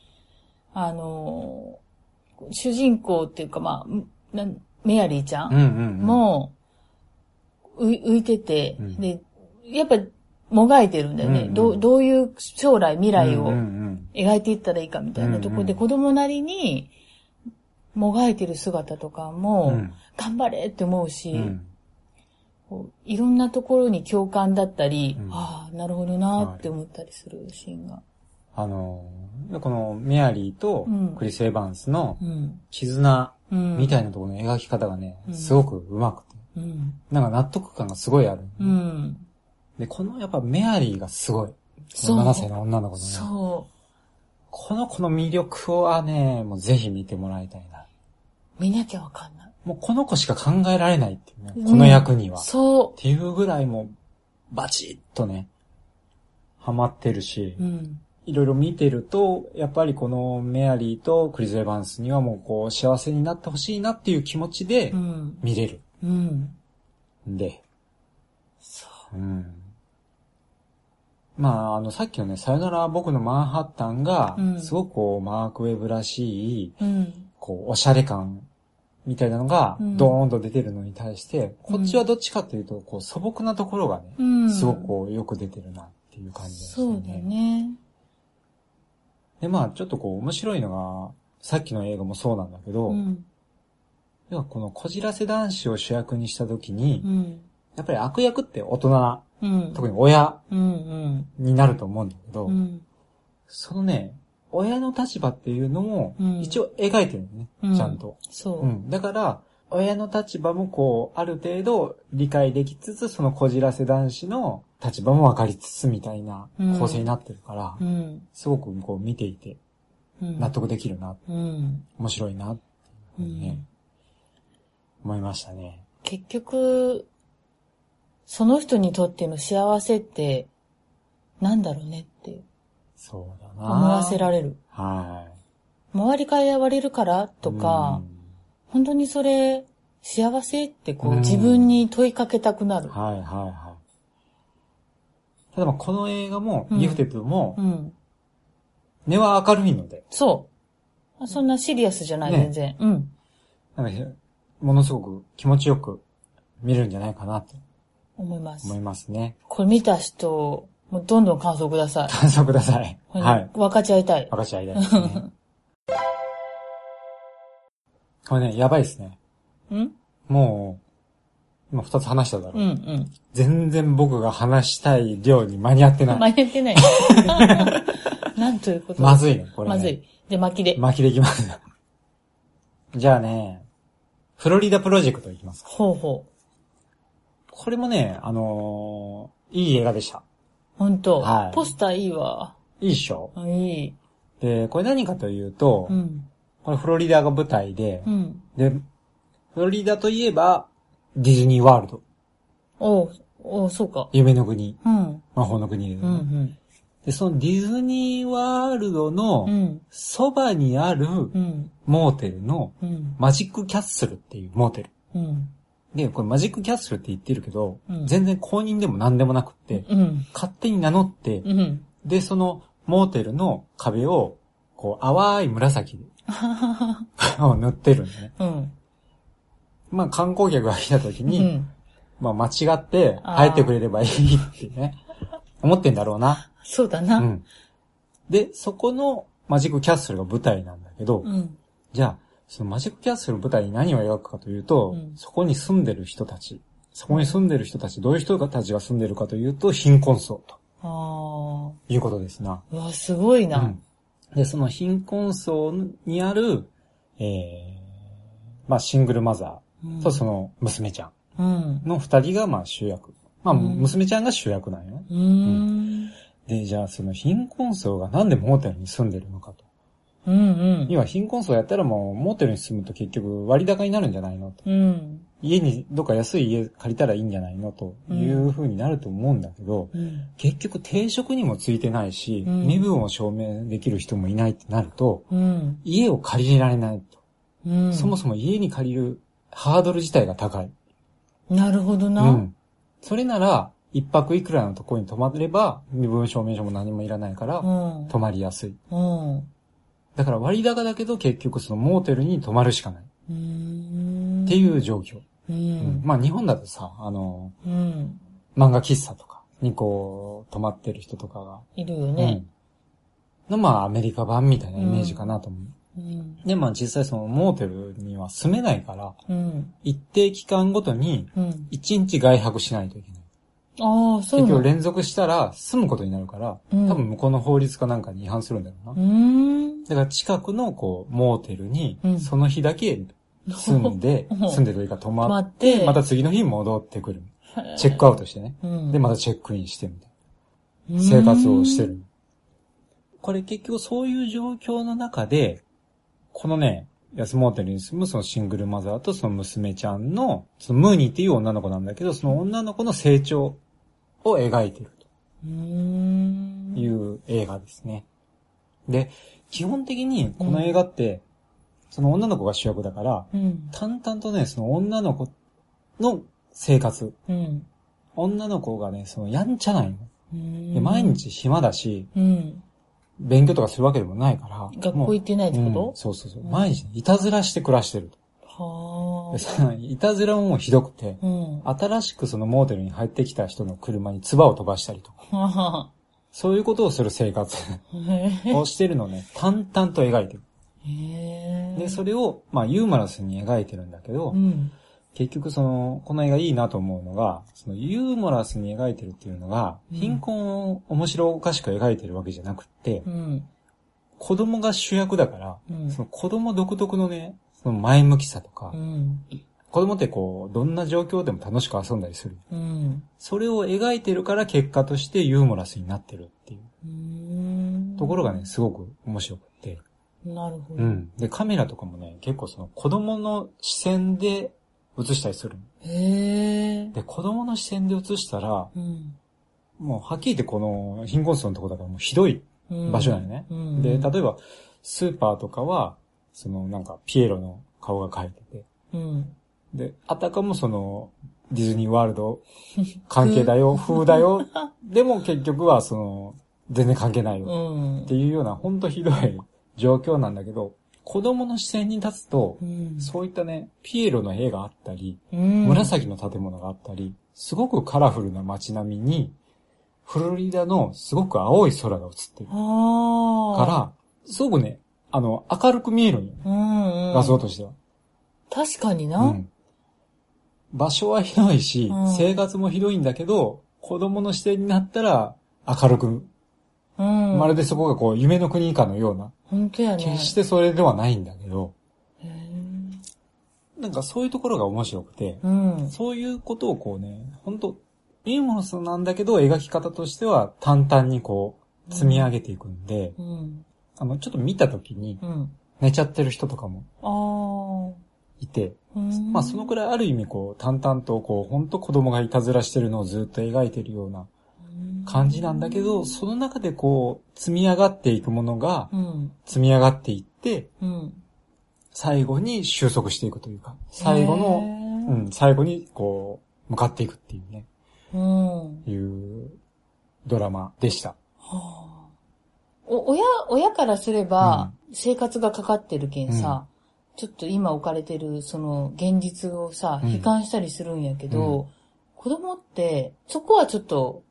Speaker 2: あのー、主人公っていうかまあ、なんメアリーちゃ
Speaker 1: う
Speaker 2: ん
Speaker 1: んうんうん。
Speaker 2: もう、う浮いてて、
Speaker 1: うん
Speaker 2: で、やっぱもがいてるんだよね。
Speaker 1: うんうん
Speaker 2: どうどういう将来、未来
Speaker 1: うんう
Speaker 2: を
Speaker 1: ん
Speaker 2: 描いていったらいいかみたいなところ
Speaker 1: うん
Speaker 2: で、
Speaker 1: うん
Speaker 2: 子供なりに、もがいてる姿とか
Speaker 1: うん、
Speaker 2: も、
Speaker 1: うん
Speaker 2: 頑張れって思うし、
Speaker 1: うん
Speaker 2: こういろんなところに共感だったり、
Speaker 1: うん
Speaker 2: ああ、なるほどなーって思ったりするシーンが。
Speaker 1: あの、このメアリーと
Speaker 2: うん
Speaker 1: クリス・エヴァンスの
Speaker 2: うん。
Speaker 1: 絆
Speaker 2: うん。
Speaker 1: みたいなところの描き方がね、
Speaker 2: うん
Speaker 1: すごく上手くて、
Speaker 2: うん。
Speaker 1: なんか納得感がすごいある。
Speaker 2: うん。
Speaker 1: で、このやっぱメアリーがすごい。
Speaker 2: そう
Speaker 1: 7歳の女の子のね。
Speaker 2: そ
Speaker 1: この子の魅力はね、もうぜひ見てもらいたいな。
Speaker 2: う。見なきゃわかんない。
Speaker 1: もうこの子しか考えられないっていうね、
Speaker 2: うん
Speaker 1: この役には。っ
Speaker 2: そ
Speaker 1: ていうぐらいもう、バチッとね、ハマってるし、
Speaker 2: う。うん。
Speaker 1: いろいろ見てると、やっぱりこのメアリーとクリス・エヴァンスにはもうこう幸せになってほしいなっていう気持ちで
Speaker 2: うん。
Speaker 1: 見れる
Speaker 2: うん。
Speaker 1: んで。
Speaker 2: そ
Speaker 1: うん。まあ、あの、さっきのね、さよなら僕のマンハッタンが
Speaker 2: う、ん
Speaker 1: すごくこう、マークウェブらしい、
Speaker 2: う。うん。
Speaker 1: こう、おしゃれ感みたいなのが
Speaker 2: う、ん
Speaker 1: ドーンと出てるのに対して、こっちはどっちかというと、こう、素朴なところがね、
Speaker 2: うん。
Speaker 1: すごくこう、よく出てるなっていう感じです
Speaker 2: そうだね。
Speaker 1: で、まあ、ちょっとこう、面白いのが、さっきの映画もそうなんだけど、
Speaker 2: うん。
Speaker 1: 要はこのこじらせ男子を主役にした時に、
Speaker 2: うん。
Speaker 1: やっぱり悪役って大人、
Speaker 2: うん。
Speaker 1: 特に親
Speaker 2: うん。
Speaker 1: になると思うんだけど、
Speaker 2: うん。うん。
Speaker 1: そのね、親の立場っていうのも
Speaker 2: う、ん
Speaker 1: 一応描いてるのね、
Speaker 2: うん
Speaker 1: ちゃんと。
Speaker 2: そうう。
Speaker 1: ん。だから、親の立場もこう、ある程度理解できつつ、そのこじらせ男子の立場も分かりつつみたいな
Speaker 2: うん
Speaker 1: 構成になってるから、
Speaker 2: うん。
Speaker 1: すごくこう見ていて、
Speaker 2: うん。
Speaker 1: 納得できるな、
Speaker 2: うん。
Speaker 1: 面白いな、っていうふうにね、
Speaker 2: うん
Speaker 1: 思いましたね。
Speaker 2: 結局、その人にとっての幸せって、なんだろうねって
Speaker 1: そうだな
Speaker 2: 思わせられる。
Speaker 1: はい。
Speaker 2: 周りからやわれるからとか、本当にそれ、幸せってこう、
Speaker 1: うん
Speaker 2: 自分に問いかけたくな
Speaker 1: うん
Speaker 2: る。
Speaker 1: はいはいはい。ただまあこの映画も、
Speaker 2: うん
Speaker 1: ギフテッドも
Speaker 2: う、ん。
Speaker 1: 根は明るいので、
Speaker 2: そう。そんなシリアスじゃない、
Speaker 1: ね
Speaker 2: 全然。うん。
Speaker 1: なんかひものすごく気持ちよく見れるんじゃないかなと
Speaker 2: 思います
Speaker 1: 思。います ね。
Speaker 2: これ見た人、もうどんどん感想ください。
Speaker 1: 感想ください。
Speaker 2: これね
Speaker 1: はい。
Speaker 2: 分かち合いたい。
Speaker 1: 分かち合いたいですね。これね、やばいですね。
Speaker 2: うんうん
Speaker 1: もう、今二つ話しただろう。
Speaker 2: うん。
Speaker 1: 全然僕が話したい量に間に合ってない。
Speaker 2: 間に合って ない。なんということだ
Speaker 1: まずいね、これ、ね。
Speaker 2: まずい。で、巻きで。
Speaker 1: 巻きでいきます。じゃあね、フロリダプロジェクトいきますか。
Speaker 2: ほうほう。
Speaker 1: これもね、あのーいい映画でした。
Speaker 2: ほんと。
Speaker 1: はい
Speaker 2: ポスターいいわ。
Speaker 1: いいっしょ
Speaker 2: いい。
Speaker 1: で、これ何かというと、
Speaker 2: うん。
Speaker 1: これフロリダが舞台で
Speaker 2: う、ん。
Speaker 1: で、フロリダといえば、ディズニーワールド、
Speaker 2: おう、おう、そうか。
Speaker 1: 夢の国、
Speaker 2: うん。
Speaker 1: 魔法の国です
Speaker 2: う
Speaker 1: ね、
Speaker 2: ん、
Speaker 1: で、そのディズニーワールド
Speaker 2: うん。う
Speaker 1: の、
Speaker 2: ん。
Speaker 1: そばにある
Speaker 2: うん。
Speaker 1: モーテルの、
Speaker 2: うん。
Speaker 1: マジックキャッスルっていうモーテル
Speaker 2: うん。
Speaker 1: で、これマジックキャッスルって言ってるけど、
Speaker 2: うん
Speaker 1: 全然公認でも何でもなくって、
Speaker 2: うん。
Speaker 1: 勝手に名乗って、
Speaker 2: うん。
Speaker 1: で、そのモーテルの壁を、こう、淡い紫で を塗ってるんね。
Speaker 2: うん。
Speaker 1: まあ、観光客が来た時
Speaker 2: う
Speaker 1: に、
Speaker 2: ん。
Speaker 1: まあ、間違って、入ってくれればいいってね、思ってんだろうな。
Speaker 2: そうだ
Speaker 1: う
Speaker 2: な。
Speaker 1: ん。で、そこのマジックキャッスルが舞台なんだけど、
Speaker 2: うん。
Speaker 1: じゃあ、そのマジックキャッスルの舞台に何を描くかというと、
Speaker 2: うん
Speaker 1: そこに住んでる人たち、そこに住んでる人たち、どういう人たちが住んでるかというと、貧困層と
Speaker 2: ああ。
Speaker 1: いうことですな。
Speaker 2: うわ、すごいうな。
Speaker 1: ん。で、その貧困層にある、えー、まあシングルマザ
Speaker 2: うん
Speaker 1: ーとその娘ちゃ
Speaker 2: うん。
Speaker 1: んの二人がまあ主役。まあ、
Speaker 2: うん
Speaker 1: 娘ちゃんが主役なんよね。
Speaker 2: うーん。
Speaker 1: で、じゃあその貧困層がなんでモーテルに住んでるのかと。
Speaker 2: うんうん。
Speaker 1: 今貧困層やったらもうモーテルに住むと結局割高になるんじゃないのと。
Speaker 2: うん。
Speaker 1: 家に、どっか安い家借りたらいいんじゃないのという風になると思うんだけど、
Speaker 2: うん。
Speaker 1: 結局定職にもついてないし、
Speaker 2: うん
Speaker 1: 身分を証明できる人もいないってなると、
Speaker 2: うん。
Speaker 1: 家を借りられないと。
Speaker 2: うん。
Speaker 1: そもそも家に借りるハードル自体が高い。
Speaker 2: なるほど
Speaker 1: う
Speaker 2: な。
Speaker 1: ん。それなら、一泊いくらのところに泊まれば、身分証明書も何もいらないから
Speaker 2: う、ん。
Speaker 1: 泊まりやすい。
Speaker 2: うん。う
Speaker 1: だから割高だけど結局そのモーテルに泊まるしかない。
Speaker 2: ーん。
Speaker 1: っていう状況。
Speaker 2: う
Speaker 1: うん
Speaker 2: ん。
Speaker 1: まあ日本だとさ、あの、
Speaker 2: うん。
Speaker 1: 漫画喫茶とかにこう、泊まってる人とかが。
Speaker 2: いるよね。
Speaker 1: うん。の、まあアメリカ版みたいなイメージかなと思う。
Speaker 2: うん。
Speaker 1: で、まあ実際そのモーテルには住めないから、
Speaker 2: うん。
Speaker 1: 一定期間ごとに
Speaker 2: うん。
Speaker 1: 一日外泊しないといけない。
Speaker 2: ああ、そうな
Speaker 1: 結局
Speaker 2: の
Speaker 1: 連続したら住むことになるから、
Speaker 2: うん
Speaker 1: 多分向こうの法律かなんかに違反するんだろうな。
Speaker 2: うーん。
Speaker 1: だから近くのこう、モーテルに
Speaker 2: う、ん
Speaker 1: その日だけ住 んで、
Speaker 2: うん
Speaker 1: 住んでというか泊まっ
Speaker 2: 待って。
Speaker 1: て、また次の日戻ってくる。
Speaker 2: へー
Speaker 1: チェックアウトしてね。
Speaker 2: うん。
Speaker 1: で、またチェックインしてみたい
Speaker 2: うん、
Speaker 1: な。生活をしてる。これ結局そういう状況の中で、このね、安モーテルに住むそのシングルマザーとその娘ちゃんの、そのムーニーっていう女の子なんだけど、その女の子の成長を描いてる。
Speaker 2: うーん。
Speaker 1: いう映画ですね。で、基本的にこの映画って、その女の子が主役だから、
Speaker 2: うん。
Speaker 1: 淡々とね、その女の子の生活。
Speaker 2: うん。
Speaker 1: 女の子がね、そのやんちゃないの。
Speaker 2: うん。
Speaker 1: で毎。日暇だし、
Speaker 2: うん。
Speaker 1: 勉強とかするわけでもないから。
Speaker 2: 学
Speaker 1: も
Speaker 2: 校
Speaker 1: う
Speaker 2: 行ってないって
Speaker 1: う
Speaker 2: こ
Speaker 1: んそうそうそう。
Speaker 2: うん
Speaker 1: 毎日いたずらして暮らしてると。
Speaker 2: とは
Speaker 1: でそのいたずらももうひどくて、
Speaker 2: あ。うん。
Speaker 1: 新しくそのモーテルに入ってきた人の車に唾を飛ばしたりとか、
Speaker 2: は は。
Speaker 1: そういうことをする生活
Speaker 2: へ
Speaker 1: をしてるのをね、淡々と描いてる。
Speaker 2: え。
Speaker 1: で、それを、まあ、ユーモラスに描いてるんだけど、
Speaker 2: うん。
Speaker 1: 結局その、この映画いいなと思うのが、そのユーモラスに描いてるっていうのが、
Speaker 2: うん
Speaker 1: 貧困を面白おかしく描いてるわけじゃなくって、
Speaker 2: うん。
Speaker 1: 子供が主役だから、
Speaker 2: うん
Speaker 1: その子供独特のね、その前向きさとか、
Speaker 2: うん。
Speaker 1: 子供ってこう、どんな状況でも楽しく遊んだりする。
Speaker 2: うん。
Speaker 1: それを描いてるから結果としてユーモラスになってるっていう
Speaker 2: うん。
Speaker 1: ところがね、すごく面白くて。
Speaker 2: なるほ
Speaker 1: う
Speaker 2: ど。
Speaker 1: ん。で、カメラとかもね、結構その子供の視線で映したりする。
Speaker 2: へえ。
Speaker 1: で、子供の視線で映したら、
Speaker 2: うん。
Speaker 1: もうはっきり言ってこの貧困層のとこだからもうひどい。
Speaker 2: うん
Speaker 1: 場所だよね
Speaker 2: うん。
Speaker 1: で、例えば、スーパーとかは、そのなんかピエロの顔が描いてて、
Speaker 2: うん。
Speaker 1: で、あたかもその、ディズニーワールド関係だよ、風だよ、でも結局はその、全然関係ないよ
Speaker 2: うん。
Speaker 1: っていうようなほんとひどい状況なんだけど、子供の視線に立つと
Speaker 2: う、ん。
Speaker 1: そういったね、ピエロの絵があったり、
Speaker 2: うん。
Speaker 1: 紫の建物があったり、すごくカラフルな街並みに、フロリダのすごく青い空が映ってるか
Speaker 2: ああ。
Speaker 1: ら、すごくね、あの、明るく見えるんよ。
Speaker 2: ら。うん、うん。
Speaker 1: 画像としては。
Speaker 2: 確かにな。
Speaker 1: うん場所はひどいし
Speaker 2: うん、
Speaker 1: 生活もひどいんだけど、子供の視点になったら明るく、
Speaker 2: うん。
Speaker 1: まるでそこがこう夢の国以下のような、
Speaker 2: 本当やね。
Speaker 1: 決してそれではないんだけど、
Speaker 2: へえ。
Speaker 1: なんかそういうところが面白くて、
Speaker 2: うん。
Speaker 1: そういうことをこうね、本当いいものなんだけど、描き方としては淡々にこう、積み上げていくんで、
Speaker 2: うん。
Speaker 1: あの、ちょっと見た時に
Speaker 2: うん。
Speaker 1: 寝ちゃってる人とかも
Speaker 2: あ
Speaker 1: いて、
Speaker 2: あ。うん。
Speaker 1: まあそのくらいある意味こう、淡々とこう、本当子供がいたずらしてるのをずっと描いてるような感じなんだけど、その中でこう、積み上がっていくものが
Speaker 2: う、ん。
Speaker 1: 積み上がっていって、
Speaker 2: うん。
Speaker 1: 最後に収束していくというか、最後の
Speaker 2: へえ
Speaker 1: うん、最後に、こう、向かっていくっていうね、
Speaker 2: うん。
Speaker 1: いうドラマでした。
Speaker 2: お、親、親からすれば、生活がかかってるけんさ、ちょっと今置かれてる、その、現実をさ、
Speaker 1: うん
Speaker 2: 悲観したりするんやけど、子供って、そこはちょっと、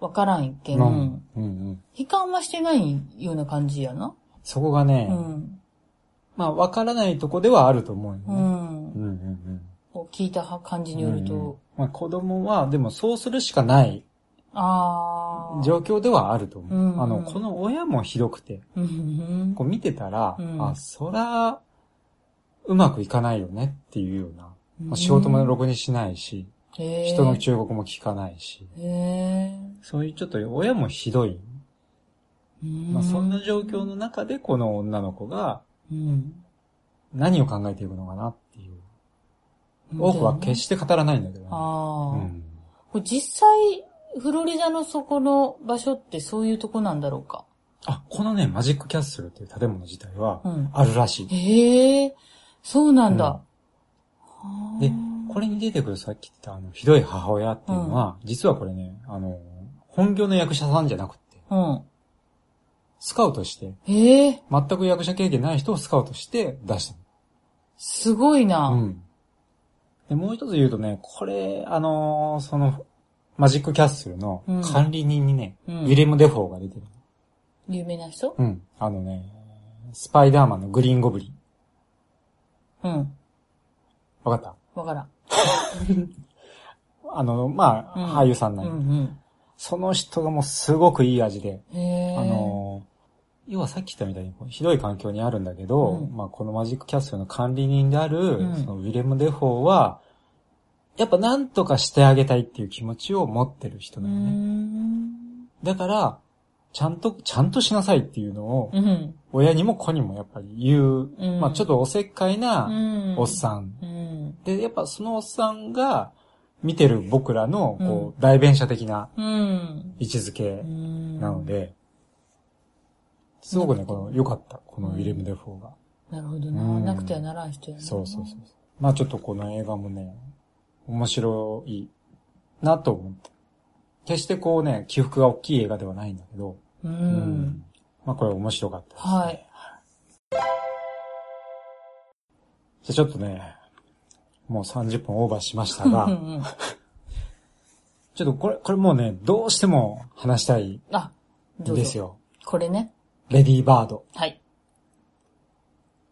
Speaker 2: わからんけん、
Speaker 1: うん。うんうん。
Speaker 2: 悲観はしてないような感じやな。
Speaker 1: そこがね、
Speaker 2: うん。
Speaker 1: まあ、わからないとこではあると思う
Speaker 2: う
Speaker 1: よね。
Speaker 2: ん。
Speaker 1: うん、うん、うん。
Speaker 2: こう聞いた感じによると、
Speaker 1: うんまあ、子供は、でもそうするしかない
Speaker 2: ああ。
Speaker 1: 状況ではあると思う。
Speaker 2: うんうん
Speaker 1: あの、この親もひどくて、
Speaker 2: うんうん
Speaker 1: こう見てたら、
Speaker 2: うん
Speaker 1: あ、そら、うまくいかないよねっていうような。
Speaker 2: うん
Speaker 1: まあ、仕事もろくにしないし、
Speaker 2: へー
Speaker 1: 人の忠告も聞かないし、
Speaker 2: へえ。
Speaker 1: そういうちょっと親もひどい。まあ、そんな状況の中でこの女の子が
Speaker 2: うん、
Speaker 1: 何を考えていくのかなっていう。多くは決して語らないんだけどね。
Speaker 2: ああ、
Speaker 1: うん
Speaker 2: これ実際、フロリダのそこの場所ってそういうとこなんだろうか。
Speaker 1: あ、このね、マジックキャッスルっていう建物自体は
Speaker 2: うん
Speaker 1: あるらしい。
Speaker 2: へえ、そうなんだ。
Speaker 1: で、これに出てくるさっき言ってたあの、ひどい母親っていうのは、実はこれね、あの、本業の役者さんじゃなくて、
Speaker 2: うん。
Speaker 1: スカウトして、
Speaker 2: へえ、
Speaker 1: 全く役者経験ない人をスカウトして出した
Speaker 2: すごいな。
Speaker 1: の。うん。で、もう一つ言うとね、これ、あのーその、マジックキャッスルの
Speaker 2: うん
Speaker 1: 管理人にね、
Speaker 2: うん
Speaker 1: ウィレム・デフォーが出てる。
Speaker 2: 有名な人
Speaker 1: うん。あのね、スパイダーマンのグリーンゴブリン。
Speaker 2: うん。
Speaker 1: わかっ
Speaker 2: わからん。
Speaker 1: たあの、ま
Speaker 2: うん
Speaker 1: あ、俳優さんな
Speaker 2: うんん
Speaker 1: や
Speaker 2: うん。
Speaker 1: その人がもうすごくいい味で、
Speaker 2: へえ。
Speaker 1: あの、要はさっき言ったみたいにこうひどい環境にあるんだけど、
Speaker 2: うん
Speaker 1: まあこのマジックキャッスルの管理人である、
Speaker 2: ん
Speaker 1: そのウィレム・デフォーは、やっぱなんとかしてあげたいっていう気持ちを持ってる人
Speaker 2: うー
Speaker 1: なのね。
Speaker 2: ん。
Speaker 1: だから、ちゃんと、ちゃんとしなさいっていうのを、
Speaker 2: うん。
Speaker 1: 親にも子にもやっぱり言う、
Speaker 2: うん。
Speaker 1: まあちょっとおせっかいうなんおっさん。
Speaker 2: うん。
Speaker 1: で、やっぱそのおっさんが見てる僕らの、こ
Speaker 2: う
Speaker 1: う、代弁者的な
Speaker 2: うん。
Speaker 1: 位置づけ
Speaker 2: うん。
Speaker 1: なの。で、すごくね、この、良かった、このウィレム・デフォーが。
Speaker 2: なるほどな。
Speaker 1: うん
Speaker 2: なくてはならん人やな。
Speaker 1: そうそうそう。まあちょっとこの映画もね、面白いなと思った。決してこうね、起伏が大きい映画ではないんだけど、
Speaker 2: う。う。。
Speaker 1: うんまあこれ面白かったです、ね。
Speaker 2: はい。
Speaker 1: じゃあちょっとね、もう30分オーバーしました
Speaker 2: うん
Speaker 1: が、
Speaker 2: うん。
Speaker 1: ちょっとこれ、これもうね、どうしても話したい
Speaker 2: あ、
Speaker 1: ん
Speaker 2: どうぞ
Speaker 1: です。よ。
Speaker 2: これね。
Speaker 1: レディーバード。
Speaker 2: はい。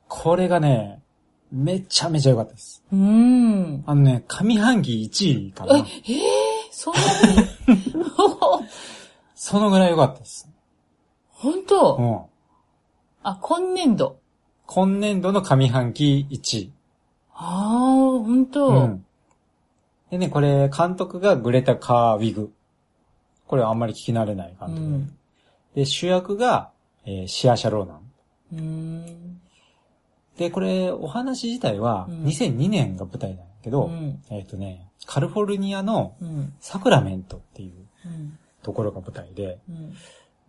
Speaker 1: これがね、めちゃめちゃ良かったです。
Speaker 2: うーん。
Speaker 1: あのね、上半期1位かな。
Speaker 2: ええそんなに
Speaker 1: そのぐらい良かったです。
Speaker 2: 本当
Speaker 1: うん。
Speaker 2: あ、今年度。
Speaker 1: 今年度の上半期1位。
Speaker 2: ああ、本当、
Speaker 1: うん。でね、これ、監督がグレタ・カー・ウィグ。これはあんまり聞き慣れない監督。
Speaker 2: うん
Speaker 1: で、主役が、えーシア・シャローナン。
Speaker 2: うーん。
Speaker 1: で、これ、お話自体は、
Speaker 2: うん
Speaker 1: 2002年が舞台なんだけ
Speaker 2: う
Speaker 1: ど、
Speaker 2: ん。
Speaker 1: えっ、とね、カリフォルニアの
Speaker 2: うん。
Speaker 1: サクラメントっていう
Speaker 2: うん。
Speaker 1: ところが舞台で、
Speaker 2: うん。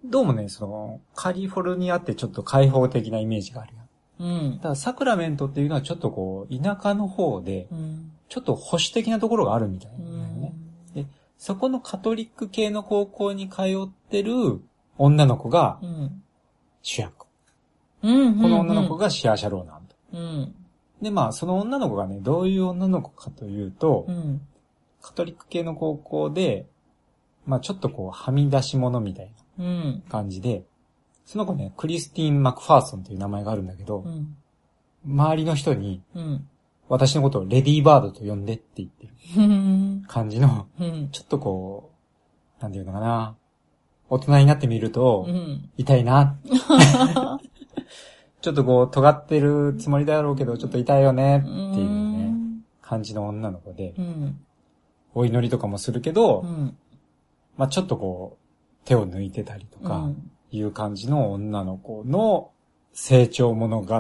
Speaker 1: どうもね、その、カリフォルニアってちょっと開放的なイメージがあるやん。
Speaker 2: うん
Speaker 1: た。だ、サクラメントっていうのはちょっとこう、田舎の方で、
Speaker 2: うん。
Speaker 1: ちょっと保守的なところがあるみたいな
Speaker 2: うん
Speaker 1: だよね。そこのカトリック系の高校に通ってる女の子が
Speaker 2: ん。
Speaker 1: 主役。
Speaker 2: うん。
Speaker 1: この女の子
Speaker 2: が。
Speaker 1: がシアシャローなんと。
Speaker 2: うん。
Speaker 1: で、まあ、その女の子がね、どういう女の子かというと
Speaker 2: う、ん。
Speaker 1: カトリック系の高校で、まあ、ちょっとこう、はみ出し者みたい
Speaker 2: うん。
Speaker 1: な感じで、その子ね、クリスティーン・マクファーソンという名前があるんだけ
Speaker 2: う
Speaker 1: ど、
Speaker 2: ん。
Speaker 1: 周りの人に、
Speaker 2: うん。
Speaker 1: 私のことをレディーバードと呼んでって言ってる
Speaker 2: うん。
Speaker 1: 感じの、
Speaker 2: うん。
Speaker 1: ちょっとこう、なんていうのかな、大人になってみると、
Speaker 2: うん。
Speaker 1: 痛いな。 ちょっとこう、尖ってるつもりだろうけど、ちょっと痛いよね、っていうね、感じの女の子で、
Speaker 2: うん。
Speaker 1: お祈りとかもするけど、
Speaker 2: うん。
Speaker 1: まあちょっとこう、手を抜いてたりと
Speaker 2: う
Speaker 1: か、
Speaker 2: ん
Speaker 1: いう感じの女の子の成長物語。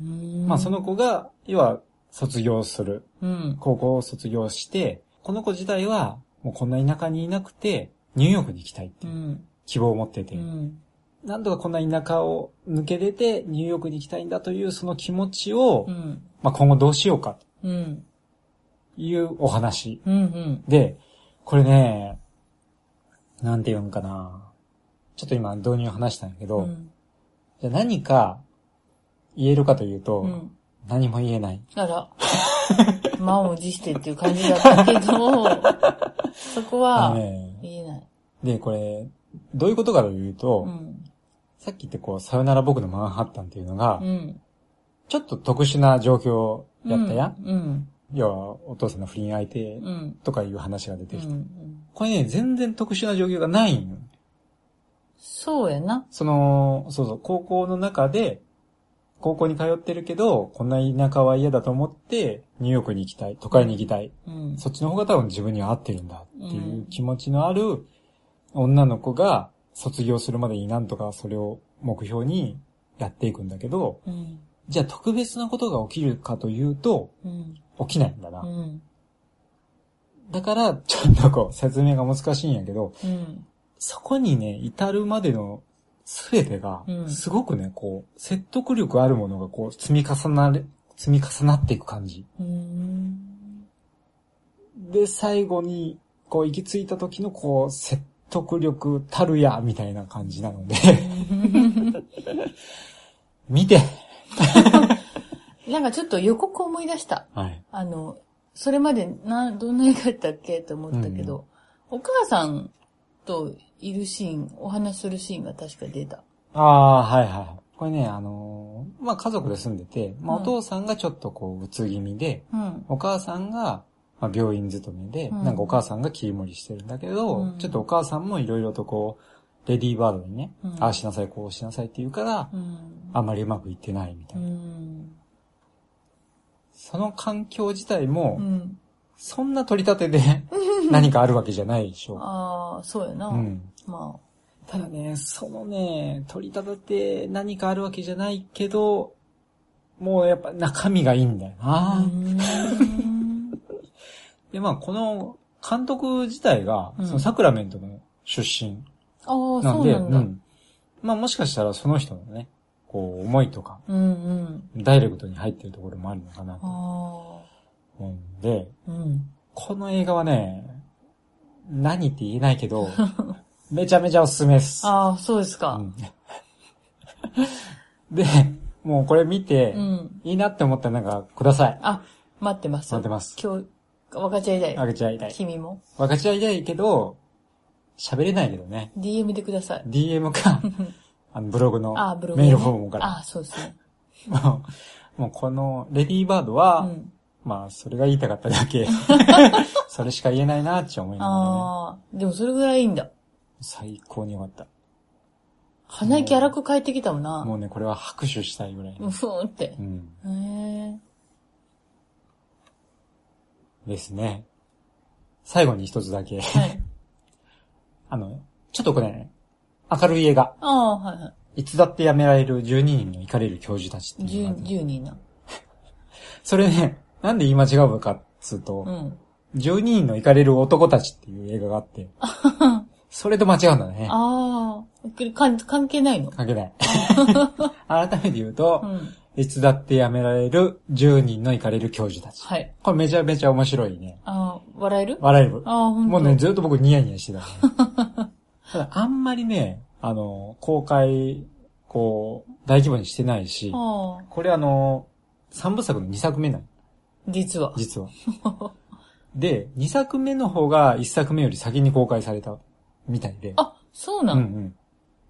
Speaker 2: うん。
Speaker 1: まあその子が、要は、卒業する。
Speaker 2: うん。
Speaker 1: 高校を卒業して、この子自体は、もうこんな田舎にいなくて、ニューヨークに行きたいって
Speaker 2: う。
Speaker 1: いうん希望を持ってて、
Speaker 2: うん。
Speaker 1: なんとかこんな田舎を抜け出てニューヨークに行きたいんだというその気持ちを、
Speaker 2: うん。
Speaker 1: まあ今後どうしようか
Speaker 2: うん。
Speaker 1: いうお話。
Speaker 2: うんうん。
Speaker 1: で、これね、なんて言うんかな。ちょっと今導入話したんやけど、
Speaker 2: うん
Speaker 1: じゃあ何か言えるかというと、
Speaker 2: うん。
Speaker 1: 何も言えない。
Speaker 2: あら、満を持してっていう感じだった けど、そこ
Speaker 1: あ
Speaker 2: は
Speaker 1: の、ね、
Speaker 2: 言えない。
Speaker 1: で、これ、どういうことかというと、
Speaker 2: うん。
Speaker 1: さっき言ってこう、さよなら僕のマンハッタンっていうのが、
Speaker 2: うん。
Speaker 1: ちょっと特殊な状況やったや、
Speaker 2: うん。
Speaker 1: 要は、お父さんの不倫相手
Speaker 2: うん。うん。
Speaker 1: とかいう話が出て
Speaker 2: う
Speaker 1: きて。
Speaker 2: ん。
Speaker 1: これね、全然特殊な状況がないんよ。
Speaker 2: そうやな。
Speaker 1: その、そうそう、高校の中で、高校に通ってるけど、こんな田舎は嫌だと思って、ニューヨークに行きたい、都会に行きたい、
Speaker 2: うん。
Speaker 1: そっちの方が多分自分には合ってるんだっていう気持ちのある女の子が卒業するまでになんとかそれを目標にやっていくんだけど、
Speaker 2: うん。
Speaker 1: じゃあ特別なことが起きるかというと、
Speaker 2: うん。
Speaker 1: 起きないんだな。
Speaker 2: うん。
Speaker 1: だから、ちょっとこう、説明が難しいんやけど、
Speaker 2: うん。
Speaker 1: そこにね、至るまでの全てが
Speaker 2: う、ん
Speaker 1: すごくね、こう、説得力あるものがこう、積み重なれ、積み重なっていく感じ。
Speaker 2: うん。
Speaker 1: で、最後に、こう、行き着いた時の、こう、説得力たるや、みたいな感じなので、 見て
Speaker 2: なんかちょっと予告思い出した。
Speaker 1: はい。
Speaker 2: あの、それまでな、どんな映画だったっけと思ったけど、お母さんといるシーン、お話しするシーンが確か出た。
Speaker 1: ああ、はいはい。これね、あのーまあ、家族で住んでて、まあ、
Speaker 2: うん
Speaker 1: お父さんがちょっとこう、うつ気味で、
Speaker 2: うん。
Speaker 1: お母さんが、まあ、病院勤めで、
Speaker 2: うん
Speaker 1: なんかお母さんが切り盛りしてるんだけど、
Speaker 2: うん
Speaker 1: ちょっとお母さんもいろいろとこう、レディーバードにね、
Speaker 2: うん
Speaker 1: ああしなさい、こうしなさいって言うから、
Speaker 2: うん。
Speaker 1: あんまりうまくいってないみた
Speaker 2: う
Speaker 1: いな。
Speaker 2: ん。
Speaker 1: その環境自体も、
Speaker 2: うん。
Speaker 1: そんな取り立てで 何かあるわけじゃないでしょ
Speaker 2: ああ、そうやな。
Speaker 1: う。うん。
Speaker 2: ま
Speaker 1: ただね、そのね、取り立てて何かあるわけじゃないけど、もうやっぱ中身がいいんだよ
Speaker 2: あ。う
Speaker 1: な。
Speaker 2: ん
Speaker 1: で、まあこの監督自体が、
Speaker 2: うん
Speaker 1: そのサクラメントの出身
Speaker 2: ああ、そう
Speaker 1: なんで、
Speaker 2: なんだ。
Speaker 1: んまあもしかしたらその人のね、こう思いとか、
Speaker 2: うんうん。
Speaker 1: ダイレクトに入ってるところもあるのかなと
Speaker 2: あ
Speaker 1: 思うんで、
Speaker 2: あ。うん。
Speaker 1: この映画はね、何って言えない けど、めちゃめちゃおすすめです。
Speaker 2: ああ、そうです
Speaker 1: う
Speaker 2: か。
Speaker 1: ん で、もうこれ見て、
Speaker 2: うん。
Speaker 1: いいなって思ったらなんかください。
Speaker 2: あ、待ってます。
Speaker 1: 待ってます
Speaker 2: 今日、分かち合いた
Speaker 1: あ
Speaker 2: い。
Speaker 1: げちゃいたい。
Speaker 2: 君も。
Speaker 1: 分かち合いたいけど、喋れないけどね。
Speaker 2: DM でください。
Speaker 1: DM か、あのブログの
Speaker 2: ああ、ブログ、
Speaker 1: メールフォームから。
Speaker 2: ああ、そうですね。
Speaker 1: もうもうこのレディーバードは、
Speaker 2: うん。
Speaker 1: まあ、それが言いたかっただ け。それしか言えないなって思いながら、ね、
Speaker 2: ああ、でもそれぐらいいいんだ。
Speaker 1: 最高に良かった。
Speaker 2: 鼻息荒く帰ってきたもんな。
Speaker 1: もうね、これは拍手したいぐらい。
Speaker 2: うふーんって
Speaker 1: う。ん。
Speaker 2: へえ。
Speaker 1: ですね。最後に一つだけ。
Speaker 2: はい。
Speaker 1: あの、ちょっとこれね、明るい映画。
Speaker 2: ああ、はいはい
Speaker 1: つだってやめられる12人の怒れる教授たちっ
Speaker 2: い。
Speaker 1: てい
Speaker 2: 十
Speaker 1: うのがあって
Speaker 2: 十人な。
Speaker 1: それね、なんで言い間違うかっつう
Speaker 2: う
Speaker 1: と、
Speaker 2: ん。
Speaker 1: 12人の怒れる男たちっていう映画が あって、それと間違うんだね。
Speaker 2: ああ、これ関関係ないの
Speaker 1: 関 係ない。改めて言うと、
Speaker 2: うん。
Speaker 1: いつだってやめられる10人の行かれる教授たち。
Speaker 2: はい。
Speaker 1: これめちゃめちゃ面白いね。
Speaker 2: ああ、笑える
Speaker 1: 笑える。
Speaker 2: ああ、ほんと
Speaker 1: もうね、ずっと僕ニヤニヤしてた、ね。 ただあんまりね、あの、公開、こう、大規模にしてないし、
Speaker 2: ああ、
Speaker 1: これあの、3部作の2作目なの、
Speaker 2: 実は。
Speaker 1: 実は。で、2作目の方が1作目より先に公開されたみたいで。
Speaker 2: あ、そうな
Speaker 1: うんうんん。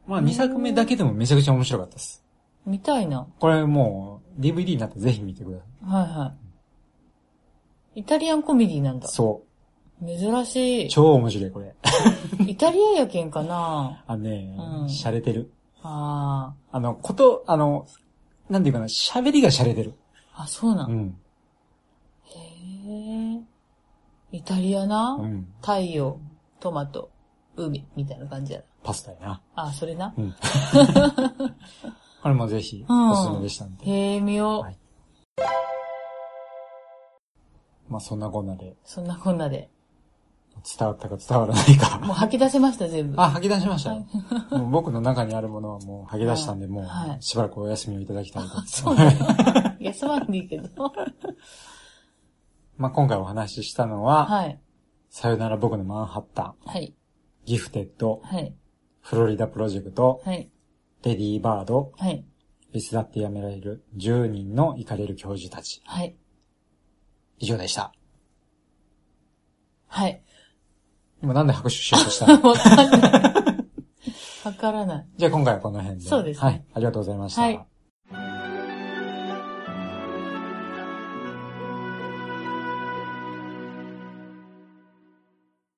Speaker 1: まあ2作目だけでもめちゃくちゃ面白かったです。
Speaker 2: 見たいな。
Speaker 1: これもう DVD になったらぜひ見てください。
Speaker 2: はいはい。イタリアンコメディなんだ。
Speaker 1: そう。
Speaker 2: 珍しい。
Speaker 1: 超面白い、これ。
Speaker 2: イタリアやけんかな
Speaker 1: あのね
Speaker 2: うん、
Speaker 1: 洒、落、てる。
Speaker 2: あ
Speaker 1: あの、こと、あの、なんていうかな、喋りが洒落てる。
Speaker 2: あ、あ、そうなん。
Speaker 1: うん。
Speaker 2: へえ。イタリアな、
Speaker 1: うん。
Speaker 2: 太陽、トマト、海、みたいな感じやな。
Speaker 1: パスタやな。
Speaker 2: あ、それな。
Speaker 1: うん。これもぜひ、
Speaker 2: うん
Speaker 1: おすすめでしたんで。
Speaker 2: へえ、見よう。
Speaker 1: はいまあ、そんなこんなで、
Speaker 2: そんなこんなで。
Speaker 1: 伝わったか伝わらない
Speaker 2: もう
Speaker 1: か。
Speaker 2: 吐き出せました、全部。
Speaker 1: あ、吐き出しましたよ。もう僕の中にあるものはもう吐き出したんで、も
Speaker 2: は
Speaker 1: う、
Speaker 2: い
Speaker 1: しばらくお休みをいただきたいと。
Speaker 2: そうなの休まんでいいけど。
Speaker 1: まあ、今回お話ししたのは、
Speaker 2: はい。
Speaker 1: さよなら僕のマンハッタン、
Speaker 2: はい。
Speaker 1: ギフテッド、
Speaker 2: はい。
Speaker 1: フロリダプロジェクト、
Speaker 2: はい。
Speaker 1: レディーバード、
Speaker 2: はい。
Speaker 1: いつだってやめられる10人のイカれる教授たち。
Speaker 2: はい。
Speaker 1: 以上でした。
Speaker 2: はい。
Speaker 1: 今なんで拍手しようとした の
Speaker 2: わかんない。わからない。
Speaker 1: じゃあ今回はこの辺で。
Speaker 2: そうですね
Speaker 1: はい。ありがとうございました。
Speaker 2: はい